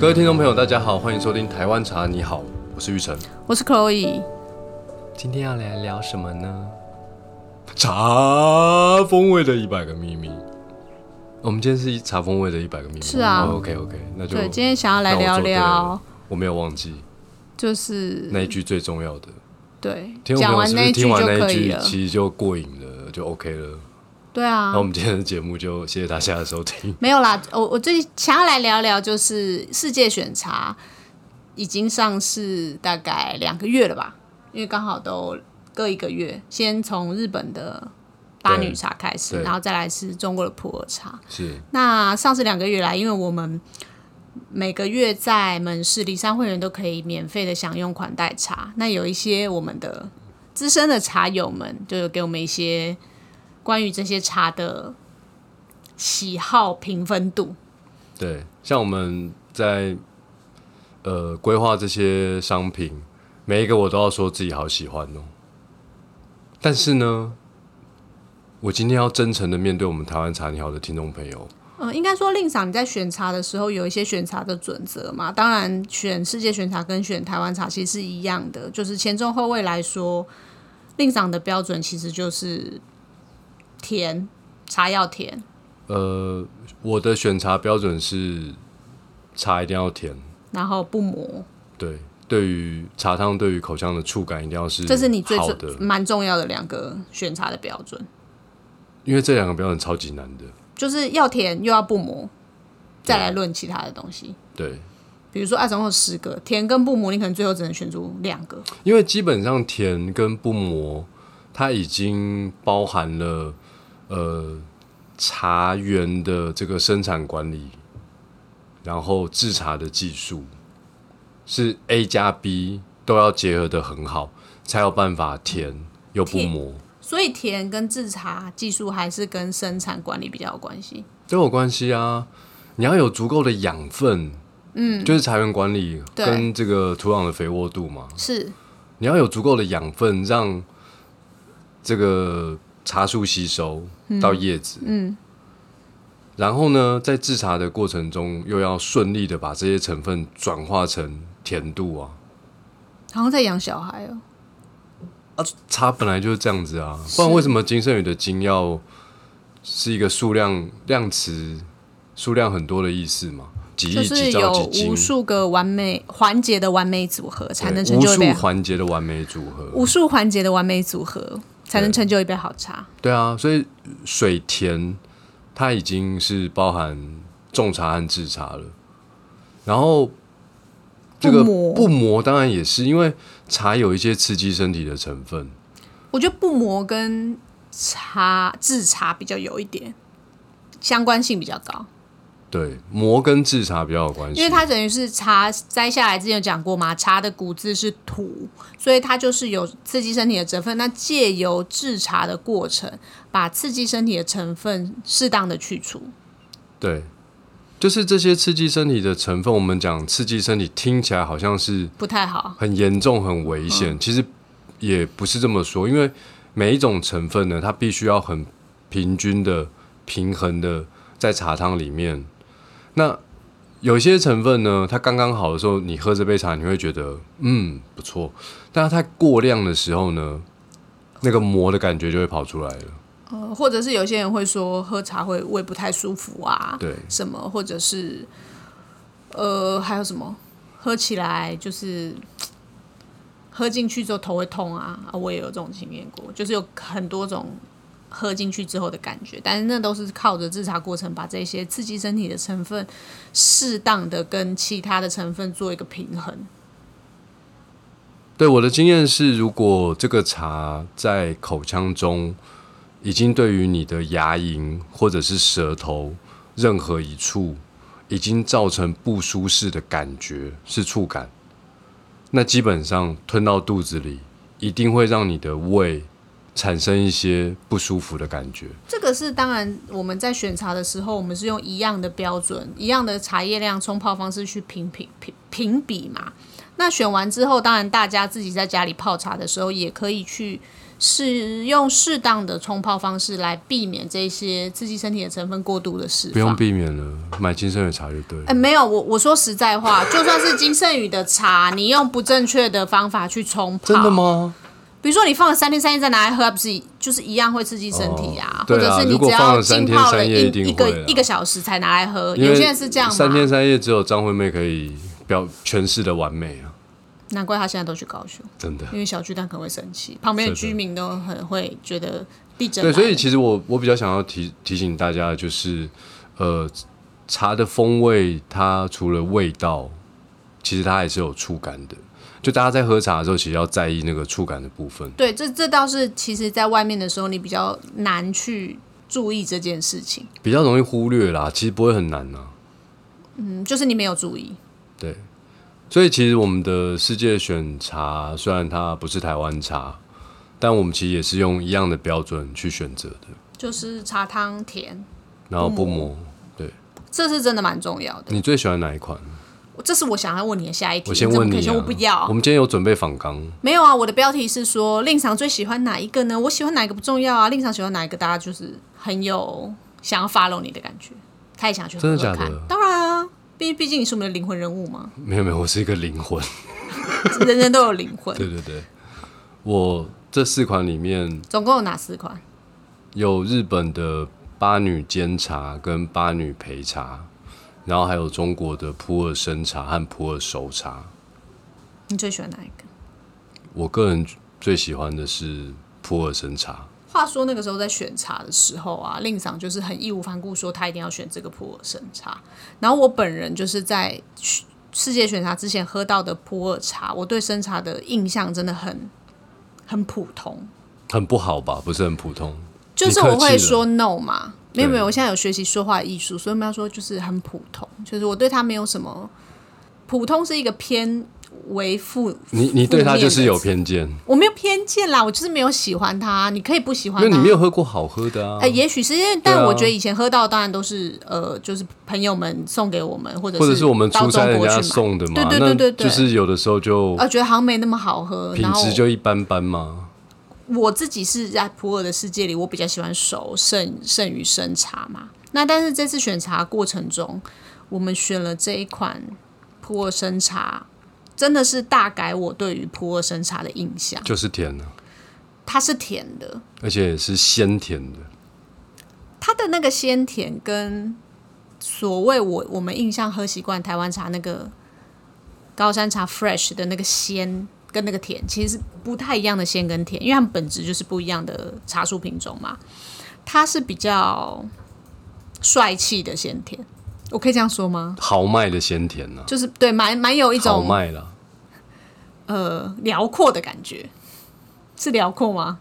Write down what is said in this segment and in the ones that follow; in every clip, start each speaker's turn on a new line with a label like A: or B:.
A: 各位听众朋友，大家好，欢迎收听《台湾茶》，你好，我是玉成。
B: 我是 Chloe，
A: 今天要来聊什么呢？茶风味的一百个秘密。我们今天是一茶风味的一百个秘密。
B: 是啊
A: OK OK，那就
B: 对，今天想要来聊聊，
A: 我没有忘记
B: 就是
A: 那一句最重要的。
B: 对，
A: 听众朋
B: 讲
A: 友
B: 完
A: 是不是
B: 一句
A: 听
B: 就
A: 完那
B: 可
A: 一
B: 以
A: 句
B: 了，
A: 其实哦就过瘾了，就 OK 了？
B: 对啊
A: 那我，们今天的节目就谢谢大家的收听。
B: 没有啦，我我最想要来聊聊就是世界选茶已经上市大概两个月了吧，因为刚好都各一个月，先从日本的八
A: 对
B: 女茶开始，
A: 对
B: 然后再来是中国的普洱茶。
A: 是
B: 那上市两个月来，因为我们每个月在门市离山会员都可以免费的享用款待茶。那有一些我们的资深的茶友们，就有给我们一些关于这些茶的喜好评分度。
A: 对，像我们在呃规划这些商品，每一个我都要说自己好喜欢哦。但是呢，我今天要真诚的面对我们台湾茶你好的听众朋友，
B: 嗯，应该说令赏你在选茶的时候有一些选茶的准则嘛。当然，选世界选茶跟选台湾茶其实是一样的，就是前中后味来说，令赏的标准其实就是甜，茶要甜。
A: 呃，我的选茶标准是茶一定要甜，
B: 然后不磨，
A: 对，对于茶汤对于口腔的触感一定要是
B: 这是你最
A: 嗯好
B: 最
A: 的，
B: 蛮重要的两个选茶的标准，
A: 因为这两个标准超级难的，
B: 就是要甜又要不磨，再来论其他的东西。
A: 对。
B: 比如说，啊，总共有十个甜跟不磨，你可能最后只能选出两个。
A: 因为基本上甜跟不磨，它已经包含了呃茶园的这个生产管理，然后制茶的技术是 A 加 B 都要结合的很好，才有办法甜又不磨
B: 所以甜跟制茶技术还是跟生产管理比较有关系。
A: 都有关系啊。你要有足够的养分，嗯，就是茶园管理
B: 对
A: 跟这个土壤的肥沃度嘛，
B: 是，
A: 你要有足够的养分，让这个茶树吸收到叶子。
B: 嗯
A: 然后呢，在制茶的过程中，又要顺利的把这些成分转化成甜度啊。
B: 好像在养小孩哦、
A: 啊，茶本来就是这样子啊，不然为什么金圣宇的金要是一个数量量词数量很多的意思嘛？几
B: 就
A: 亿、
B: 是
A: 几
B: 有
A: 兆、几金
B: 无，数个完美环节的完美组合，才能
A: 对
B: 成
A: 无
B: 就一杯
A: 数环节的完美组合。
B: 无数环节的完美组合，才能
A: 对
B: 成就一杯好茶。
A: 对啊，所以水田它已经是包含种茶和制茶了，然后这个
B: 不磨
A: 不磨当然也是因为茶有一些刺激身体的成分，
B: 我觉得不磨跟茶制茶比较有一点相关性比较高，
A: 对磨跟制茶比较有关系，
B: 因为它等于是茶摘下来之前有讲过嘛，茶的骨子是土，所以它就是有刺激身体的成分。那借由制茶的过程，把刺激身体的成分适当的去除。
A: 对，就是这些刺激身体的成分，我们讲刺激身体听起来好像是
B: 不太好，
A: 很严重、很危险，其实也不是这么说，因为每一种成分呢，它必须要很平均的、平衡的在茶汤里面。那有些成分呢，它刚刚好的时候，你喝这杯茶，你会觉得嗯不错，但是它过量的时候呢，那个磨的感觉就会跑出来了。
B: 呃，或者是有些人会说喝茶会胃不太舒服啊，
A: 对
B: 什么，或者是呃，还有什么，喝起来就是喝进去之后头会痛啊，啊我也有这种经验过，就是有很多种喝进去之后的感觉，但是那都是靠着制茶过程把这些刺激身体的成分适当的跟其他的成分做一个平衡。
A: 对我的经验是，如果这个茶在口腔中已经对于你的牙龈或者是舌头任何一处已经造成不舒适的感觉，是触感，那基本上吞到肚子里一定会让你的胃产生一些不舒服的感觉。
B: 这个是当然，我们在选茶的时候，我们是用一样的标准、一样的茶叶量、冲泡方式去评评评评比嘛。那选完之后，当然大家自己在家里泡茶的时候，也可以去使用适当的冲泡方式来避免这些刺激身体的成分过度的释放。
A: 不用避免了，买金圣宇茶就对了
B: 哎、。没有，我我说实在话，就算是金圣宇的茶，你用不正确的方法去冲泡，
A: 真的？吗？
B: 比如说你放了三天三夜再拿来喝，不是一就是一样会刺激身体啊？
A: 哦
B: 或
A: 对啊
B: 者是你
A: 如果
B: 只
A: 放
B: 要
A: 了三
B: 浸
A: 天
B: 泡了
A: 三夜一定
B: 一个
A: 会啊
B: 一个小时才拿来喝，
A: 因为
B: 有些人是这样
A: 三天
B: 嘛？
A: 三夜只有张惠妹可以表诠释的完美啊，
B: 难怪他现在都去高雄，
A: 真的。
B: 因为小巨蛋可能会生气，旁边的
A: 是的
B: 居民都很会觉得地震来
A: 对，
B: 了。
A: 所以其实我我比较想要提提醒大家的就是，呃，茶的风味它除了味道，其实它还是有触感的。就大家在喝茶的时候，其实要在意那个触感的部分。
B: 对，这这倒是其实在外面的时候你比较难去注意这件事情，
A: 比较容易忽略啦，其实不会很难啊呐、
B: 嗯，就是你没有注意。
A: 对，所以其实我们的世界选茶，虽然它不是台湾茶，但我们其实也是用一样的标准去选择的，
B: 就是茶汤甜，
A: 然后不磨。
B: 嗯这是真的蛮重要的。
A: 你最喜欢哪一款？
B: 这是我想要问你的下一题。
A: 我先
B: 你怎么
A: 问
B: 可以
A: 你、
B: 先
A: 啊，
B: 我不要
A: 我，们今天有准备访纲，
B: 没有啊。我的标题是说令赏最喜欢哪一个呢？我喜欢哪一个不重要啊，令赏喜欢哪一个，大家就是很有想要 follow 你的感觉，他也想去喝
A: 真的
B: 喝
A: 假的
B: 看当然啊，毕毕竟你是我们的灵魂人物嘛，
A: 没有没有，我是一个灵魂。
B: 人人都有灵魂。
A: 对对对，我这四款里面
B: 总共有哪四款？
A: 有日本的八女煎茶跟八女焙茶，然后还有中国的普洱生茶和普洱熟茶。
B: 你最喜欢哪一个？
A: 我个人最喜欢的是普洱生茶。
B: 话说那个时候在选茶的时候啊，令赏就是很义无反顾说他一定要选这个普洱生茶。然后我本人就是在去世界选茶之前喝到的普洱茶，我对生茶的印象真的很很普通，
A: 很不好吧？不是很普通，
B: 就是我会说 no 嘛，没
A: 对
B: 有没有，我现在有学习说话艺术，所以我们要说就是很普通，就是我对它没有什么普通是一个偏为负，
A: 你你对
B: 负
A: 它
B: 面的
A: 就是有
B: 词，
A: 偏见，
B: 我没有偏见啦，我就是没有喜欢它，你可以不喜欢
A: 因为
B: 它，
A: 你没有喝过好喝的啊
B: 哎、，也许是因为，但
A: 对啊
B: 我觉得以前喝到的当然都是呃，就是朋友们送给我们，或者
A: 或者是我们
B: 到
A: 出差
B: 中
A: 人
B: 国去
A: 家
B: 买，
A: 送的嘛，
B: 对对对
A: 那
B: 对对，
A: 就是有的时候就
B: 呃，觉得好像没那么好喝。
A: 品
B: 然后
A: 质就一般般嘛。
B: 我自己是在普洱的世界里，我比较喜欢熟胜胜于生茶嘛。那但是这次选茶过程中，我们选了这一款普洱生茶，真的是大改我对于普洱生茶的印象。
A: 就是甜的、
B: 它是甜的，
A: 而且是鲜甜的。
B: 它的那个鲜甜跟所谓我我们印象喝习惯台湾茶那个高山茶 fresh 的那个鲜跟那个甜，其实是不太一样的鲜跟甜，因为它们本质就是不一样的茶树品种嘛。它是比较帅气的鲜甜，我可以这样说吗？
A: 豪迈的鲜甜啊呐、
B: 就是对，蛮蛮有一
A: 豪
B: 种
A: 迈啦，
B: 呃辽阔的感觉，是辽阔吗？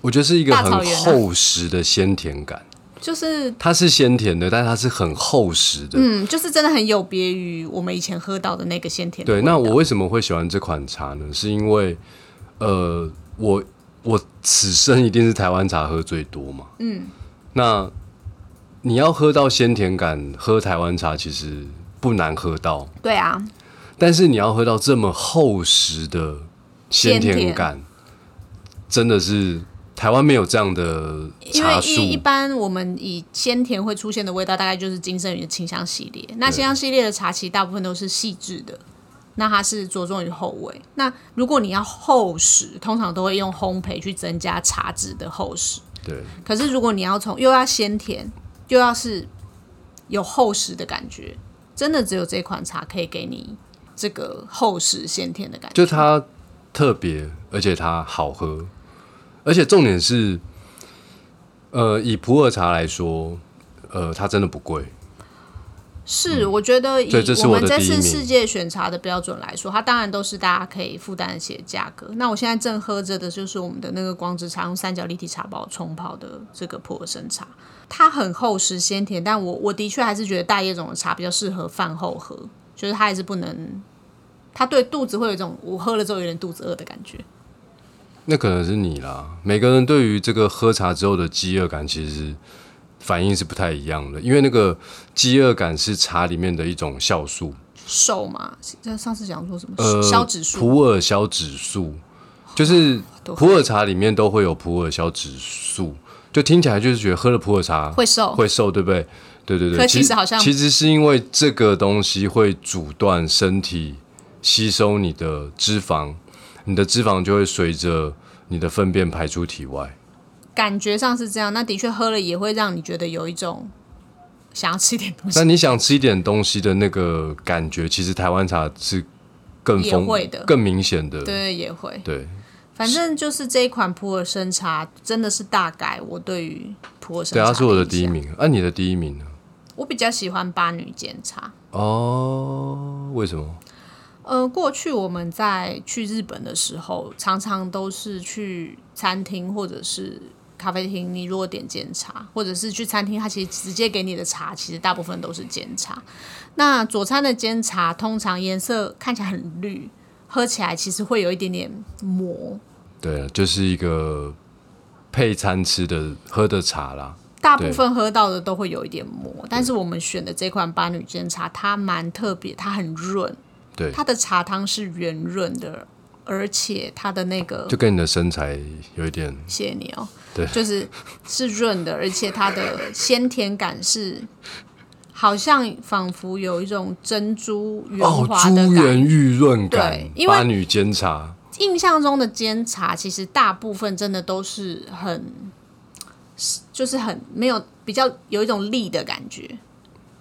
A: 我觉得是一个
B: 大
A: 很
B: 草原啊
A: 厚实的鲜甜感。
B: 就是
A: 它是鲜甜的，但它是很厚实的。
B: 嗯，就是真的很有别于我们以前喝到的那个鲜甜的
A: 对，
B: 味道
A: 那我为什么会喜欢这款茶呢？是因为，呃，我我此生一定是台湾茶喝最多嘛。嗯，那你要喝到鲜甜感，喝台湾茶其实不难喝到，
B: 对啊，
A: 但是你要喝到这么厚实的鲜
B: 鲜
A: 甜
B: 甜
A: 感，真的是台湾没有这样的
B: 因为
A: 茶
B: 因
A: 树
B: 为。一般我们以鲜甜会出现的味道，大概就是金圣宇的清香系列。那清香系列的茶其实大部分都是细致的，那它是着重于后味。那如果你要厚实，通常都会用烘焙去增加茶质的厚实。
A: 对，
B: 可是如果你要从又要鲜甜，又要是有厚实的感觉，真的只有这款茶可以给你这个厚实鲜甜的感觉。
A: 就它特别，而且它好喝，而且重点是，呃，以普洱茶来说，呃，它真的不贵，
B: 是，我觉得以
A: 嗯对这是
B: 我
A: 我
B: 们
A: 的
B: 这
A: 第一
B: 次
A: 名
B: 世界选茶的标准来说，它当然都是大家可以负担得起的价格。那我现在正喝着的就是我们的那个光之茶，用三角立体茶包冲泡的这个普洱生茶，它很厚实鲜甜，但我我的确还是觉得大叶种的茶比较适合饭后喝，就是它还是不能，它对肚子会有一种我喝了之后有点肚子饿的感觉。
A: 那可能是你啦。每个人对于这个喝茶之后的饥饿感，其实反应是不太一样的，因为那个饥饿感是茶里面的一种酵素，
B: 瘦嘛，上上次讲说什么、
A: 呃，
B: 消脂素，
A: 普洱消脂素，就是
B: 都
A: 普洱茶里面都会有普洱消脂素，就听起来就是觉得喝了普洱茶
B: 会瘦
A: 会瘦，对不对？对对对，
B: 可其实好像
A: 其实是因为这个东西会阻断身体吸收你的脂肪，你的脂肪就会随着你的粪便排出体外。
B: 感觉上是这样。那的确喝了也会让你觉得有一种想要吃一点东西
A: 那。你想吃一点东西的那个感觉，其实台湾茶是更
B: 也
A: 丰
B: 会的
A: 更明显的。
B: 对，也会。
A: 对
B: 反正就是这一款普洱生茶真的是大改我对于普洱生
A: 对，
B: 茶。
A: 它是我的第一，名。啊，你的第一名呢？
B: 我比较喜欢八女煎茶。
A: 哦，为什么？
B: 呃，过去我们在去日本的时候，常常都是去餐厅或者是咖啡厅。你如果点煎茶，或者是去餐厅，它其实直接给你的茶，其实大部分都是煎茶。那佐餐的煎茶通常颜色看起来很绿，喝起来其实会有一点点磨。
A: 对，啊就是一个配餐吃的喝的茶啦。
B: 大部分喝到的都会有一点磨，但是我们选的这款八女煎茶，它蛮特别，它很润，
A: 对，
B: 它的茶汤是圆润的，而且它的那个
A: 就跟你的身材有一点
B: 谢谢你哦。
A: 对
B: 就是是润的，而且它的鲜甜感是，好像仿佛有一种珍珠圆
A: 哦，
B: 滑的
A: 珠
B: 感
A: 圆玉润感
B: 对，因为
A: 八女煎茶，
B: 印象中的煎茶，其实大部分真的都是很，就是很没有比较有一种力的感觉，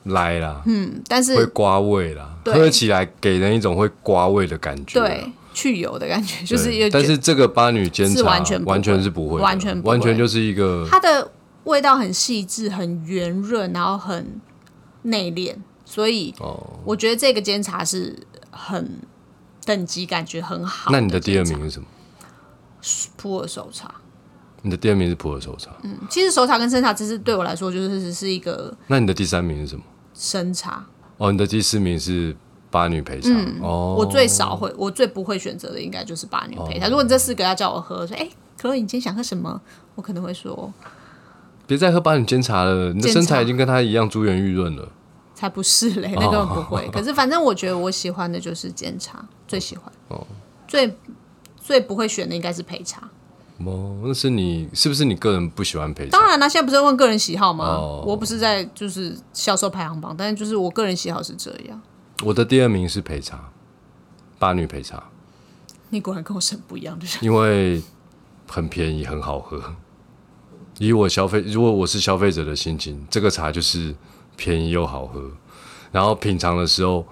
A: 来啦，
B: 嗯，但
A: 会
B: 是
A: 刮胃啦，
B: 对
A: 喝起来给人一种会刮胃的感觉啊。
B: 对去油的感觉，就是
A: 对
B: 有
A: 但是这个八女煎茶
B: 是完全不会
A: 是不会的，
B: 完全不会
A: 完全就是一个
B: 它的味道很细致、很圆润，然后很内敛，所以
A: 哦。
B: 我觉得这个煎茶是很等级感觉很好。
A: 那你的第二
B: 煎
A: 名是什么？
B: 茶普洱熟茶，
A: 你的第二名是普洱熟茶，
B: 嗯，其实熟茶跟生茶，其实对我来说就是是一个
A: 那你的第三名是什么？
B: 生茶。
A: 哦，你的第四名是八女陪茶、
B: 嗯
A: 哦。
B: 我最少会，我最不会选择的应该就是把女陪茶。如果你这四个要叫我喝，说哎，可乐，你今天想喝什么？我可能会说
A: 别再喝八女煎茶了，你的
B: 煎
A: 身材
B: 茶
A: 已经跟她一样珠圆玉润了。
B: 才不是嘞，
A: 哦
B: 那根本不会。可是反正我觉得我喜欢的就是煎茶，最喜欢，最最不会选的应该是陪茶。
A: 哦，那是你是不是你个人不喜欢陪茶
B: 当？然啦，现在不是在问个人喜好吗？
A: 哦
B: 我不是在就是销售排行榜，但是就是我个人喜好是这样。
A: 我的第二名是陪茶，八女陪茶，
B: 你果然跟我是不一样的人。
A: 因为很便宜，很好喝。以我消费，如果我是消费者的心情，这个茶就是便宜又好喝。然后品尝的时候，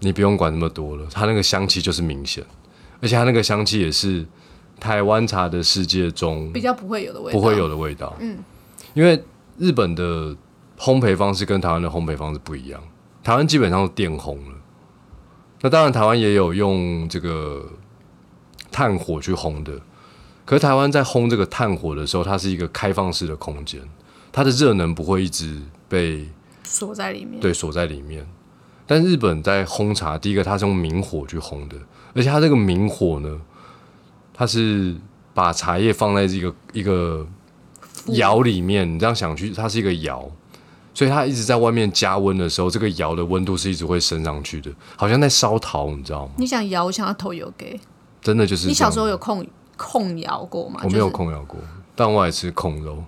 A: 你不用管那么多了，它那个香气就是明显，而且它那个香气也是台湾茶的世界中
B: 比较不会有的味道，
A: 不会有的味道。嗯，因为日本的烘焙方式跟台湾的烘焙方式不一样，台湾基本上是电烘了。那当然，台湾也有用这个炭火去烘的，可是台湾在烘这个炭火的时候，它是一个开放式的空间，它的热能不会一直被
B: 锁在里面。
A: 对锁在里面。但日本在烘茶，第一个它是用明火去烘的，而且它这个明火呢，它是把茶叶放在这个一个窑里面，你这样想去，它是一个窑，所以它一直在外面加温的时候，这个窑的温度是一直会升上去的，好像在烧陶，你知道吗？
B: 你想摇，我想要投油给
A: 真的就是
B: 你
A: 这样
B: 小时候有控控摇过吗？
A: 我没有
B: 就是、
A: 控窑过，但我爱吃控肉，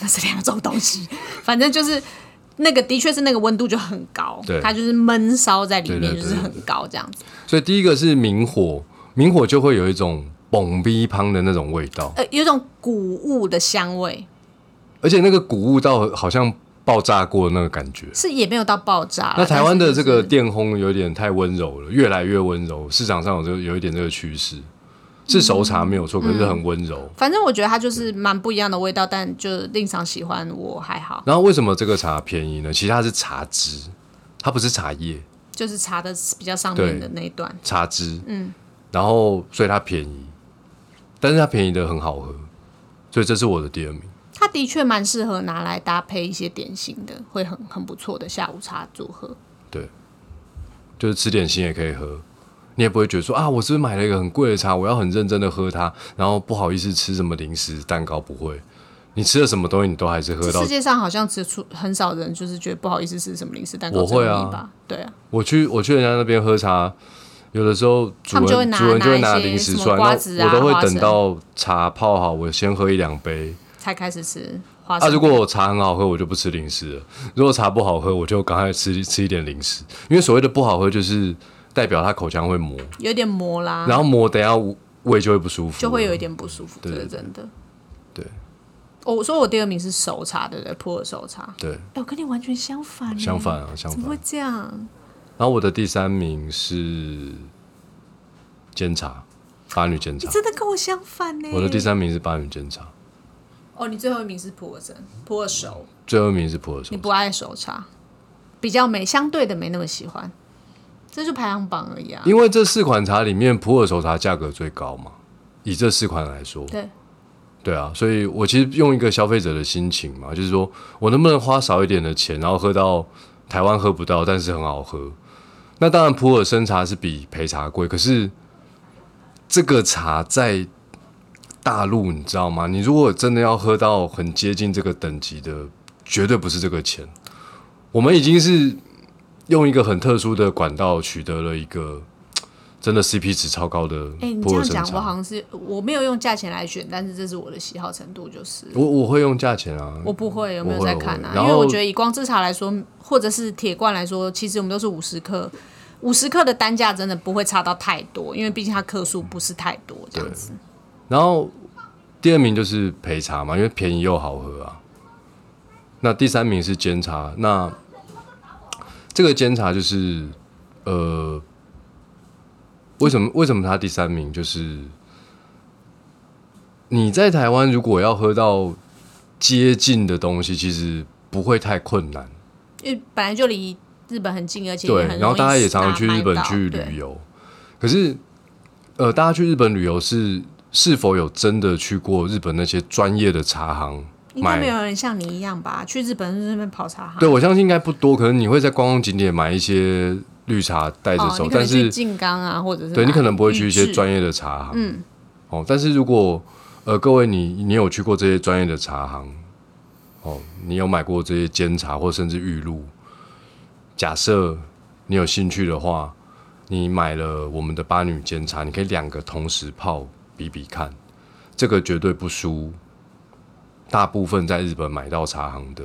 B: 那是两种东西。 反正就是那个的确是那个温度就很高
A: 对，
B: 它就是闷烧在里面，
A: 对对对
B: 就是很高这样子。
A: 所以第一个是明火，明火就会有一种蹦逼汤的那种味道，
B: 呃，有一种谷物的香味，
A: 而且那个谷物到好像爆炸过的那个感觉。
B: 是也没有到爆炸啦。
A: 那台湾
B: 啊但
A: 的
B: 是就
A: 这个
B: 是
A: 电烘有点太温柔了，越来越温柔，市场上有这个有一点这个趋势，是熟
B: 嗯
A: 茶没有错，可是很温柔。
B: 反正我觉得它就是蛮不一样的味道，但就令常喜欢我还好，
A: 然后为什么这个茶便宜呢？其实它是茶汁，它不是茶叶，
B: 就是茶的比较上面的那一段，
A: 茶汁。嗯，然后所以它便宜，但是它便宜的很好喝，所以这是我的第二名。
B: 它的确蛮适合拿来搭配一些点心的，会很很不错的下午茶组合。
A: 对，就是吃点心也可以喝，你也不会觉得说啊，我是不是买了一个很贵的茶，我要很认真的喝它，然后不好意思吃什么零食蛋糕，不会，你吃了什么东西，你都还是喝
B: 这
A: 到
B: 世。界上好像只出很少人就是觉得不好意思吃什么零食蛋糕，
A: 我会啊
B: 只有你吧？对啊，
A: 我去我去人家那边喝茶，有的时候主
B: 他们就会
A: 人
B: 拿
A: 主人就会
B: 拿
A: 拿
B: 一些
A: 零食
B: 什么
A: 出来，
B: 瓜子
A: 那
B: 啊
A: 我都会
B: 花生
A: 等到茶泡好，我先喝一两杯。
B: 才开始吃花生。
A: 啊，如果我茶很好喝，我就不吃零食了；如果茶不好喝，我就赶快吃吃一点零食。因为所谓的不好喝，就是代表他口腔会磨，
B: 有点磨啦，
A: 然后磨，等一下胃就会不舒服，
B: 就会有一点不舒服，这
A: 对
B: 是真的。
A: 对
B: 哦，我说我第二名是熟茶，对不对？普洱熟茶。
A: 对
B: 哎，我跟你完全相反。
A: 相。反啊，相
B: 怎么
A: 反
B: 会。这样？
A: 然后我的第三名是煎茶，八女煎
B: 你
A: 茶。
B: 真的跟我相反呢。
A: 我的第三名是八女煎茶，
B: 哦，你最后一名是普洱生，普洱熟，
A: 最后一名是普洱熟
B: 你。不爱熟茶，比较没相对的没那么喜欢，这就排行榜而已啊。
A: 因为这四款茶里面，普洱熟茶价格最高嘛，以这四款来说，
B: 对，
A: 对啊，所以我其实用一个消费者的心情嘛，就是说我能不能花少一点的钱，然后喝到台湾喝不到，但是很好喝。那当然，普洱生茶是比焙茶贵，可是这个茶在大陆，你知道吗？你如果真的要喝到很接近这个等级的，绝对不是这个钱。我们已经是用一个很特殊的管道取得了一个真的 CP 值超高的
B: 哎、你这
A: 普洱
B: 样
A: 生
B: 讲，我好
A: 茶。
B: 像是我没有用价钱来选，但是这是我的喜好程度，就是
A: 我我会用价钱啊，
B: 我不会有没有
A: 我会
B: 在看啊
A: 我？会
B: 因
A: 然
B: 为我
A: 后
B: 觉得以光之茶来说，或者是铁罐来说，其实我们都是五十克，五十克的单价真的不会差到太多，因为毕竟它克数不是太多这样子。
A: 然后第二名就是焙茶嘛，因为便宜又好喝啊。那第三名是煎茶，那这个煎茶就是呃，为什么为什么它第三名就是你在台湾如果要喝到接近的东西，其实不会太困难。
B: 因为本来就离日本很近，而且
A: 对
B: 很，
A: 然后大家也常
B: 容易
A: 常去
B: 拿
A: 日本
B: 买到
A: 去
B: 对
A: 旅游。可是，呃，大家去日本旅游是是否有真的去过日本那些专业的茶行
B: 应该没
A: 买？
B: 有人像你一样吧？去日本就是那边跑茶行，
A: 对，我相信应该不多，可能你会在观光景点买一些绿茶带着
B: 哦，
A: 走，
B: 你可能
A: 但
B: 去
A: 是
B: 静冈啊，或者是
A: 对你
B: 哪
A: 可能不会去一
B: 宇
A: 些
B: 治
A: 专业的茶行。嗯，哦，但是如果呃各位你你有去过这些专业的茶行，哦，你有买过这些煎茶或甚至玉露，假设你有兴趣的话，你买了我们的八女煎茶，你可以两个同时泡比比看，这个绝对不输大部分在日本买到茶行的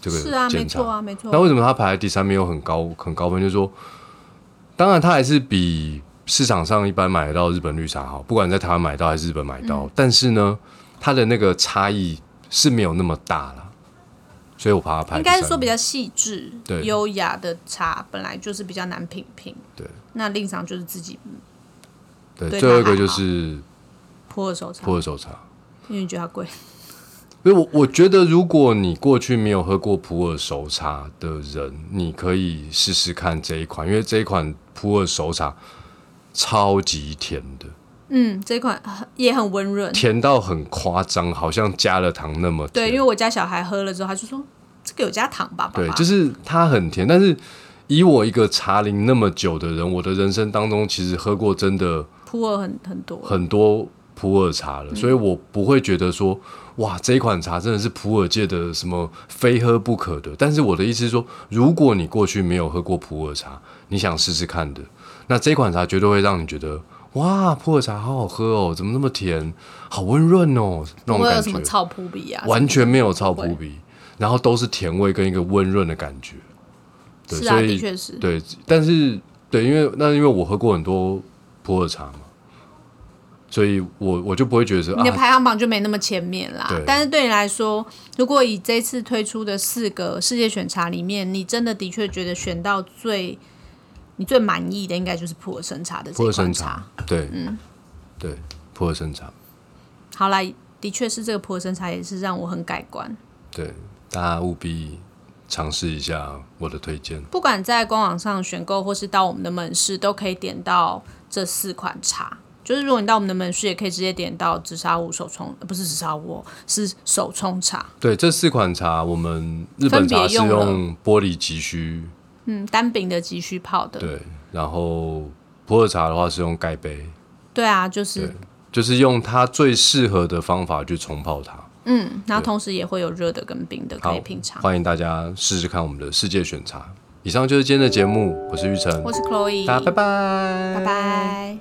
A: 这个
B: 是啊，没
A: 煎茶。
B: 错啊，没
A: 那
B: 错。
A: 为什么它排在第三名又很高很高分？就是说，当然它还是比市场上一般买得到日本绿茶好，不管在台湾买到还是日本买到，
B: 嗯
A: 但是呢，它的那个差异是没有那么大啦，所以我把它排
B: 啊应该
A: 第
B: 是
A: 三
B: 说比
A: 名
B: 较细致、
A: 对
B: 优雅的茶，本来就是比较难品评。
A: 对，
B: 那令赏就是自己
A: 对，
B: 对
A: 最后一
B: 它
A: 个
B: 还
A: 就
B: 好
A: 是
B: 普洱熟茶
A: 普，洱熟茶。
B: 因为你觉得它贵。
A: 所以我我觉得，如果你过去没有喝过普洱熟茶的人，你可以试试看这一款，因为这一款普洱熟茶超级甜的。
B: 嗯，这一款呃也很温润。
A: 甜到很夸张，好像加了糖那么甜。
B: 对，因为我家小孩喝了之后，他就说这个有加糖吧，爸
A: 对
B: 爸。
A: 就是它很甜。但是以我一个茶龄那么久的人，我的人生当中其实喝过真的
B: 普洱很很多。
A: 很多普洱茶
B: 嗯
A: 了，所以我不会觉得说哇这一款茶真的是普洱界的什么非喝不可的。但是我的意思是说，如果你过去没有喝过普洱茶，你想试试看的，那这款茶绝对会让你觉得。哇，普洱茶好好喝哦，怎么那么甜，好温润哦，那
B: 不
A: 种
B: 会
A: 感
B: 有
A: 觉。
B: 什么草扑比啊？
A: 完全没有超扑鼻，然后都是甜味跟一个温润的感觉。对，
B: 是啊，
A: 所
B: 的
A: 以
B: 确是。
A: 对，但是对，因为那因为我喝过很多普洱茶嘛，所以我我就不会觉得是
B: 你的
A: 啊，
B: 排行榜就没那么前面啦
A: 对。
B: 但是对你来说，如果以这次推出的四个世界选茶里面，你真的的确觉得选到最你最满意的，应该就是普洱生茶的
A: 普
B: 这
A: 洱
B: 款
A: 生
B: 茶
A: 茶。，对，
B: 嗯
A: 对，普洱生茶，
B: 好啦，的确是这个普洱生茶也是让我很改观。
A: 对，大家务必尝试一下我的推荐。
B: 不管在官网上选购，或是到我们的门市，都可以点到这四款茶。就是如果你到我们的门市，也可以直接点到紫砂壶手冲，呃不是紫砂壶哦，是手冲茶。
A: 对，这四款茶，我们日本茶是
B: 分别用了
A: 用玻璃急需，
B: 嗯，单饼的急需泡的。
A: 对，然后普洱茶的话是用盖杯，
B: 对啊，就是
A: 就是用它最适合的方法去冲泡它。嗯，
B: 嗯，然后同时也会有热的跟冰的可以
A: 好
B: 品尝。
A: 欢迎大家试试看我们的世界选茶。以上就是今天的节目，我是玉成，
B: 我是 Chloe，
A: 大家拜拜，
B: 拜拜